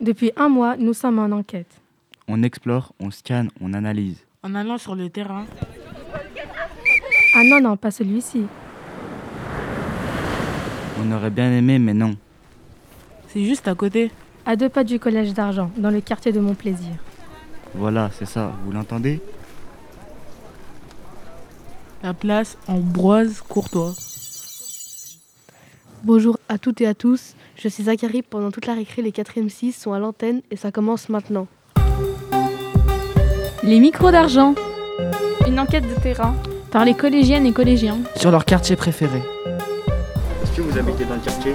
Depuis un mois, nous sommes en enquête. On explore, on scanne, on analyse. En allant sur le terrain, Ah non, non, pas celui-ci. On aurait bien aimé, mais non. c'est juste à côté. À deux pas du collège d'Argent, dans le quartier de Montplaisir. Voilà, c'est ça, vous l'entendez La place Ambroise Courtois. Bonjour à toutes et à tous, je suis Zachary. Pendant toute la récré, les 4e 6 sont à l'antenne et ça commence maintenant. Les micros d'argent Une enquête de terrain. par les collégiennes et collégiens. sur leur quartier préféré. Est-ce que vous habitez dans le quartier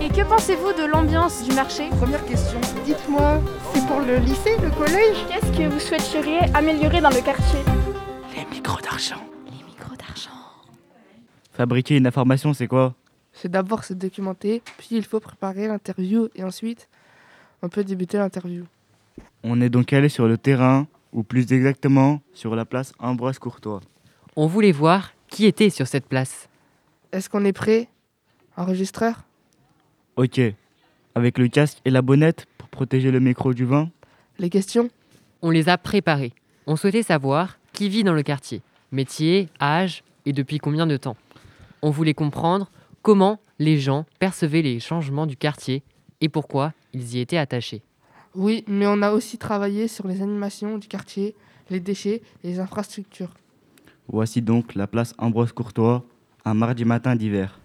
Et que pensez-vous de l'ambiance du marché Première question. Dites-moi, c'est pour le lycée, le collège Qu'est-ce que vous souhaiteriez améliorer dans le quartier Les micros d'argent. Les micros d'argent. Fabriquer une information, c'est quoi C'est d'abord se documenter, puis il faut préparer l'interview et ensuite on peut débuter l'interview. On est donc allé sur le terrain, ou plus exactement, sur la place Ambroise Courtois. On voulait voir qui était sur cette place. Est-ce qu'on est prêt Enregistreur Ok. Avec le casque et la bonnette pour protéger le micro du vent Les questions On les a préparés. On souhaitait savoir qui vit dans le quartier, métier, âge et depuis combien de temps. On voulait comprendre comment les gens percevaient les changements du quartier et pourquoi ils y étaient attachés. Oui, mais on a aussi travaillé sur les animations du quartier, les déchets et les infrastructures. Voici donc la place Ambroise Courtois, un mardi matin d'hiver.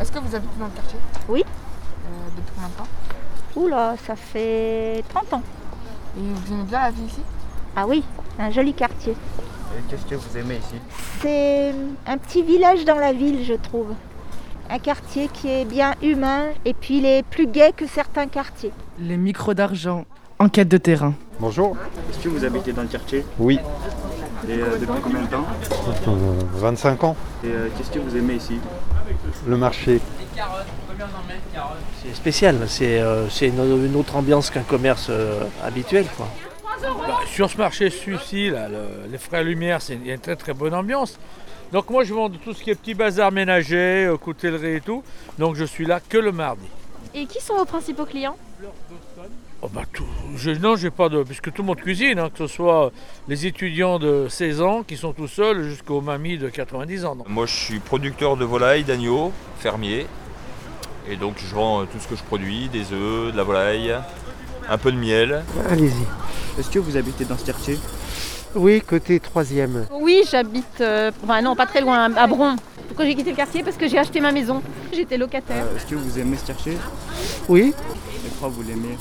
Est-ce que vous habitez dans le quartier Oui. Euh, depuis combien de temps Oula, ça fait 30 ans. Et vous aimez bien la vie ici Ah oui, un joli quartier. Qu'est-ce que vous aimez ici C'est un petit village dans la ville, je trouve. Un quartier qui est bien humain et puis il est plus gai que certains quartiers. Les micros d'argent. Enquête de terrain. Bonjour. Est-ce que vous habitez dans le quartier Oui, Et euh, depuis combien de temps euh, 25 ans, Et euh, qu'est-ce que vous aimez ici le marché. C'est spécial, c'est euh, c'est une, une autre ambiance qu'un commerce euh, habituel. Quoi. Sur ce marché ci les frères Lumière, c'est il y a une très très bonne ambiance. Donc moi je vends de tout ce qui est petit bazar ménager, euh, coutellerie et tout. Donc je suis là que le mardi. Et qui sont vos principaux clients Oh bah tout, je, non, j'ai pas de. Puisque tout le monde cuisine, hein, que ce soit les étudiants de 16 ans qui sont tout seuls jusqu'aux mamies de 90 ans. Donc, Moi, je suis producteur de volailles, d'agneaux, fermier. Et donc, je vends euh, tout ce que je produis des œufs, de la volaille, un peu de miel. Allez-y. Est-ce que vous habitez dans ce quartier Oui, côté troisième. Oui, j'habite, euh, enfin non, pas très loin, à Bron. Pourquoi j'ai quitté le quartier Parce que j'ai acheté ma maison. J'étais locataire. Euh, Est-ce que vous aimez ce quartier Oui, Et pourquoi vous l'aimez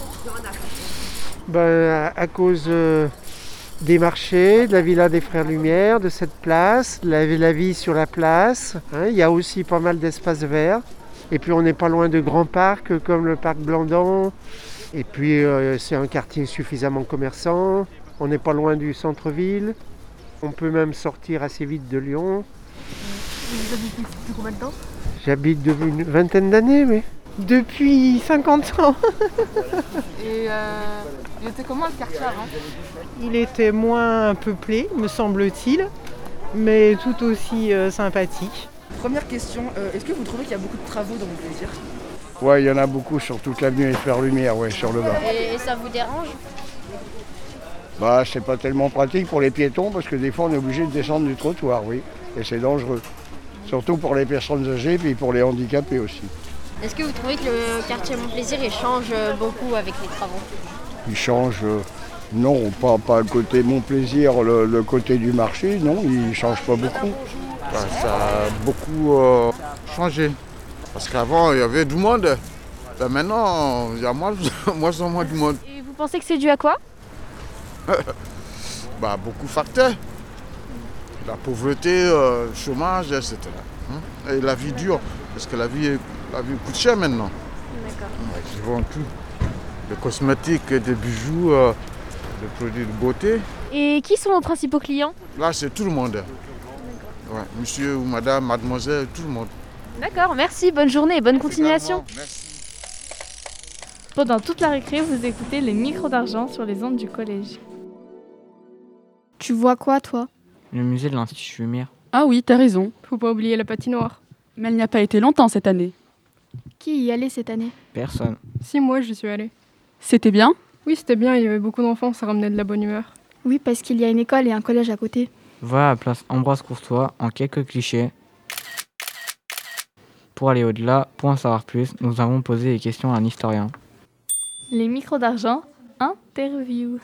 bah, à, à cause euh, des marchés, de la villa des Frères Lumière, de cette place, de la, la vie sur la place. hein, il y a aussi pas mal d'espaces verts. Et puis on n'est pas loin de grands parcs euh, comme le parc Blandan. Et puis euh, c'est un quartier suffisamment commerçant. On n'est pas loin du centre-ville. On peut même sortir assez vite de Lyon. Vous habitez ici depuis combien de temps J'habite depuis une vingtaine d'années, mais Depuis 50 ans. et il était comment le quartier avant Il était moins peuplé, me semble-t-il, mais tout aussi euh, sympathique. Première question, euh, est-ce que vous trouvez qu'il y a beaucoup de travaux dans mon plaisir Ouais, il y en a beaucoup sur toute l'avenue et faire lumière, ouais, sur le bas. Et, ça vous dérange Bah, c'est pas tellement pratique pour les piétons parce que des fois on est obligé de descendre du trottoir, oui, et c'est dangereux. Surtout pour les personnes âgées puis pour les handicapés aussi. Est-ce que vous trouvez que le quartier Mon Plaisir il change beaucoup avec les travaux Ils changent, euh, non, pas, pas le côté mon plaisir, le, le côté du marché, non, ils changent pas beaucoup. Enfin, Ben, ça a beaucoup euh, changé. Parce qu'avant, il y avait du monde. Ben, maintenant, il y a moins, moins en moins de monde. Et vous pensez que c'est dû à quoi Bah, beaucoup de facteurs. La pauvreté, euh, le chômage, etc. hein. Et la vie dure. Parce que la vie, est- la vie coûte cher maintenant. Ouais, Ils vendent tout. Des cosmétiques, des bijoux, euh, des produits de beauté. Et qui sont vos principaux clients Là, c'est tout le monde. Ouais, monsieur ou madame, mademoiselle, tout le monde. D'accord, merci, bonne journée et bonne continuation. Pendant toute la récré, vous écoutez les micros d'argent sur les ondes du collège. Tu vois quoi, toi Le musée de l'Institut Lumière. Ah oui, t'as raison, faut pas oublier la patinoire. Mais elle n'y a pas été longtemps cette année. Qui y allait cette année Personne. Si, moi, j'y suis allée. C'était bien Oui, c'était bien, il y avait beaucoup d'enfants, ça ramenait de la bonne humeur. Oui, parce qu'il y a une école et un collège à côté. Voilà, place Ambroise Courtois en quelques clichés. Pour aller au-delà, pour en savoir plus, nous avons posé des questions à un historien. Les micros d'argent, interview.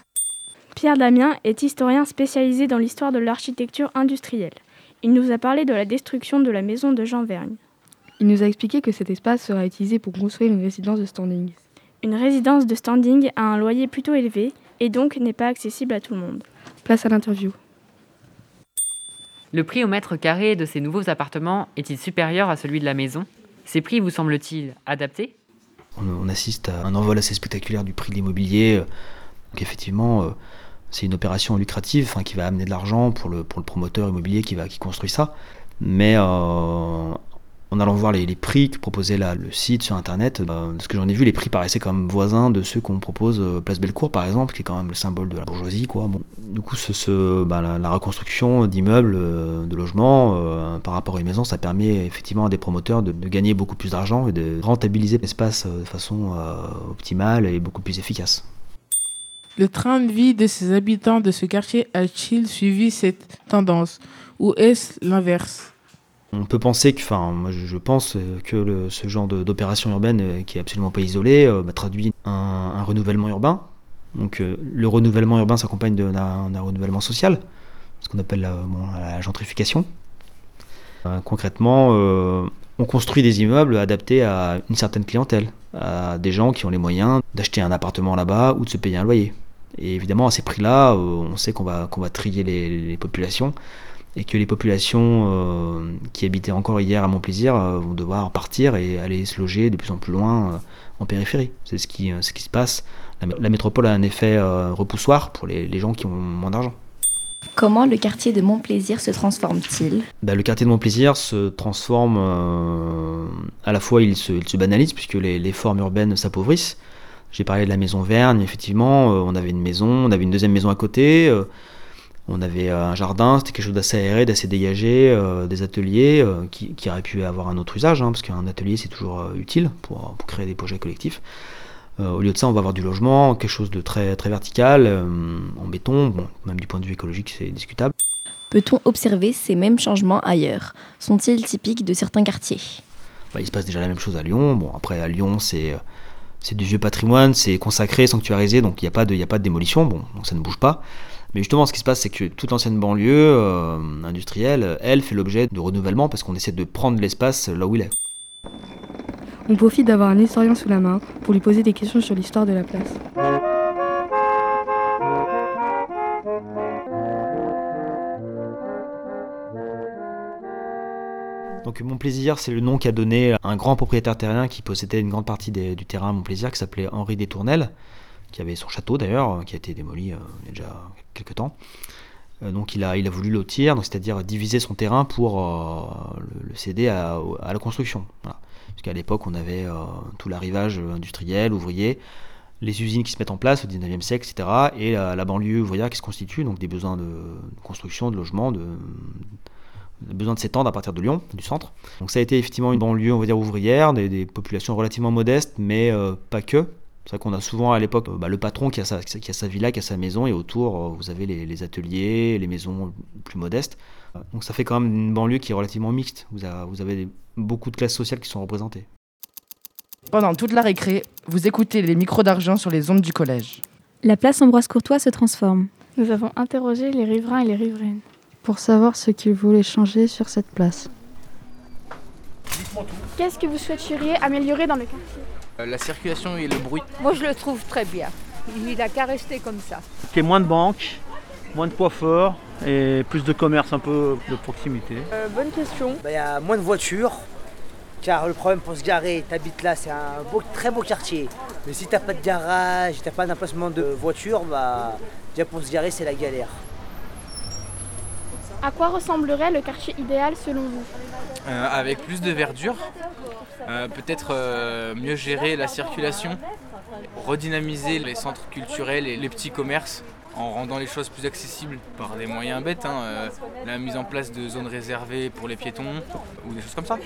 Pierre Damien est historien spécialisé dans l'histoire de l'architecture industrielle. Il nous a parlé de la destruction de la maison de Jean Vergne. Il nous a expliqué que cet espace sera utilisé pour construire une résidence de standing. Une résidence de standing a un loyer plutôt élevé et donc n'est pas accessible à tout le monde. Place à l'interview. Le prix au mètre carré de ces nouveaux appartements est-il supérieur à celui de la maison Ces prix vous semblent-ils adaptés On assiste à un envol assez spectaculaire du prix de l'immobilier. Donc effectivement, c'est une opération lucrative hein, qui va amener de l'argent pour le, pour le promoteur immobilier qui, va, qui construit ça. Mais euh, en allant voir les, les prix que proposait là, le site sur Internet, euh, de ce que j'en ai vu, les prix paraissaient quand même voisins de ceux qu'on propose euh, Place Bellecour, par exemple, qui est quand même le symbole de la bourgeoisie. Quoi. Bon, du coup, ce, ce, bah, la, la, reconstruction d'immeubles, de logements, par rapport à une maison, ça permet effectivement à des promoteurs de, de gagner beaucoup plus d'argent et de rentabiliser l'espace de façon optimale et beaucoup plus efficace. Le train de vie de ces habitants de ce quartier a-t-il suivi cette tendance ou est-ce l'inverse On peut penser que, enfin, moi je pense que le, ce genre d'opération urbaine qui est absolument pas isolée euh, traduit un, un, renouvellement urbain. Donc euh, le renouvellement urbain s'accompagne d'un renouvellement social, ce qu'on appelle la, bon, la gentrification. Euh, concrètement, euh, on construit des immeubles adaptés à une certaine clientèle, à des gens qui ont les moyens d'acheter un appartement là-bas ou de se payer un loyer. Et évidemment, à ces prix-là, on sait qu'on va, qu'on va trier les, les, populations et que les populations euh, qui habitaient encore hier à Montplaisir euh, vont devoir partir et aller se loger de plus en plus loin euh, en périphérie. C'est ce qui, ce qui se passe. La, métropole a un effet repoussoir pour les, les gens qui ont moins d'argent. Comment le quartier de Montplaisir se transforme-t-il bah, Le quartier de Montplaisir se transforme, euh, à la fois il se, il se banalise puisque les, les formes urbaines s'appauvrissent. J'ai parlé de la maison Vergne, effectivement, euh, on avait une maison, on avait une deuxième maison à côté, euh, on avait euh, un jardin, c'était quelque chose d'assez aéré, d'assez dégagé, euh, des ateliers qui, qui, auraient pu avoir un autre usage, hein, parce qu'un atelier c'est toujours utile pour, pour, créer des projets collectifs euh, au lieu de ça, on va avoir du logement, quelque chose de très, très vertical, euh, en béton. Bon, même du point de vue écologique, c'est discutable. Peut-on observer ces mêmes changements ailleurs Sont-ils typiques de certains quartiers bah, Il se passe déjà la même chose à Lyon. Bon, après, à Lyon, c'est. euh, C'est du vieux patrimoine, c'est consacré, sanctuarisé, donc il n'y a, pas de, y a pas de démolition, bon, donc ça ne bouge pas. Mais justement, ce qui se passe, c'est que toute l'ancienne banlieue euh, industrielle, elle, fait l'objet de renouvellement parce qu'on essaie de prendre l'espace là où il est. On profite d'avoir un historien sous la main pour lui poser des questions sur l'histoire de la place. Donc Montplaisir, c'est le nom qu'a donné un grand propriétaire terrien qui possédait une grande partie des, du terrain à Montplaisir, qui s'appelait Henri Détournel, qui avait son château d'ailleurs, qui a été démoli euh, il y a déjà quelques temps. Euh, donc il a, il a voulu lotir, c'est-à-dire diviser son terrain pour euh, le, le, céder à, à la construction. Voilà. Parce qu'à l'époque, on avait euh, tout l'arrivage industriel, ouvrier, les usines qui se mettent en place au 19e siècle, etc. Et euh, la, banlieue ouvrière qui se constitue, donc des besoins de, de construction, de logement, de, de besoin de s'étendre à partir de Lyon, du centre. Donc ça a été effectivement une banlieue, on va dire, ouvrière, des, des populations relativement modestes, mais euh, pas que. C'est vrai qu'on a souvent à l'époque bah, le patron qui a, sa, qui a, sa, villa, qui a sa maison, et autour, euh, vous avez les, les, ateliers, les maisons plus modestes. Euh, Donc ça fait quand même une banlieue qui est relativement mixte. Vous, a, vous avez beaucoup de classes sociales qui sont représentées. Pendant toute la récré, vous écoutez les micros d'argent sur les ondes du collège. La place Ambroise Courtois se transforme. Nous avons interrogé les riverains et les riveraines. Pour savoir ce qu'ils voulaient changer sur cette place. Qu'est-ce que vous souhaiteriez améliorer dans le quartier la circulation et le bruit. Moi, je le trouve très bien. Il a qu'à rester comme ça. Qu'il y ait moins de banques, moins de coiffeurs et plus de commerce un peu de proximité. Euh, bonne question. Il bah, y a moins de voitures. Car le problème pour se garer, t'habites là, c'est un beau, très beau quartier. Mais si t'as pas de garage, si t'as pas d'emplacement de voiture, bah, déjà pour se garer, c'est la galère. À quoi ressemblerait le quartier idéal selon vous euh, Avec plus de verdure, euh, peut-être euh, mieux gérer la circulation, redynamiser les centres culturels et les petits commerces en rendant les choses plus accessibles par des moyens bêtes, hein, la mise en place de zones réservées pour les piétons ou des choses comme ça.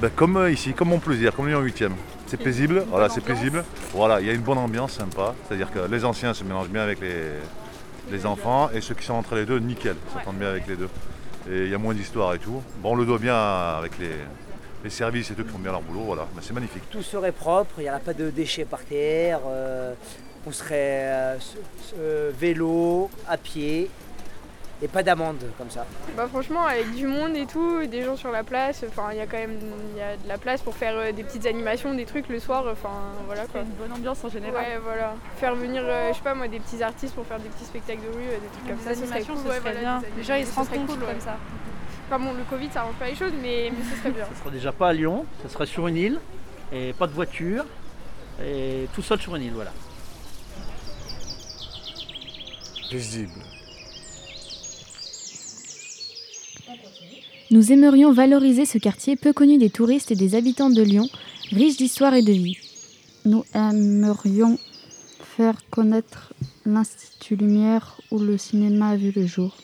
Ben, comme euh, ici, comme Montplaisir, comme Lyon 8 e C'est paisible, voilà, c'est paisible. Voilà, il y a une bonne ambiance sympa. C'est-à-dire que les anciens se mélangent bien avec les, les enfants et ceux qui sont entre les deux, nickel, ils s'entendent bien avec les deux. Et il y a moins d'histoires et tout. Bon, on le doit bien avec les, les services et tout qui font bien leur boulot, voilà. Ben, c'est magnifique. Tout serait propre, il n'y aurait pas de déchets par terre. euh, on serait euh, s- s- euh, vélo, à pied et pas d'amende comme ça. Bah franchement avec du monde et tout, des gens sur la place, enfin il y a quand même il y a de la place pour faire euh, des petites animations, des trucs le soir, euh, enfin voilà quoi. Une bonne ambiance en général. Ouais voilà. Faire venir euh, je sais pas moi des petits artistes pour faire des petits spectacles de rue, euh, des trucs comme Des ça, ce serait animations, cool, ce ouais, serait voilà, bien. des Les gens, ils se animations, ce serait rencontrent cool, comme ça. Enfin bon le Covid ça arrange pas les choses mais, mais ce serait bien. Ce sera déjà pas à Lyon, ce sera sur une île, et pas de voiture, et tout seul sur une île, voilà. Paisible. Nous aimerions valoriser ce quartier peu connu des touristes et des habitants de Lyon, riche d'histoire et de vie. Nous aimerions faire connaître l'Institut Lumière où le cinéma a vu le jour.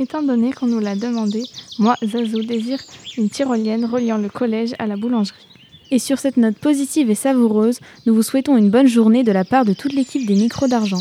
Étant donné qu'on nous l'a demandé, moi, Zazo, désire une tyrolienne reliant le collège à la boulangerie. Et sur cette note positive et savoureuse, nous vous souhaitons une bonne journée de la part de toute l'équipe des micros d'argent.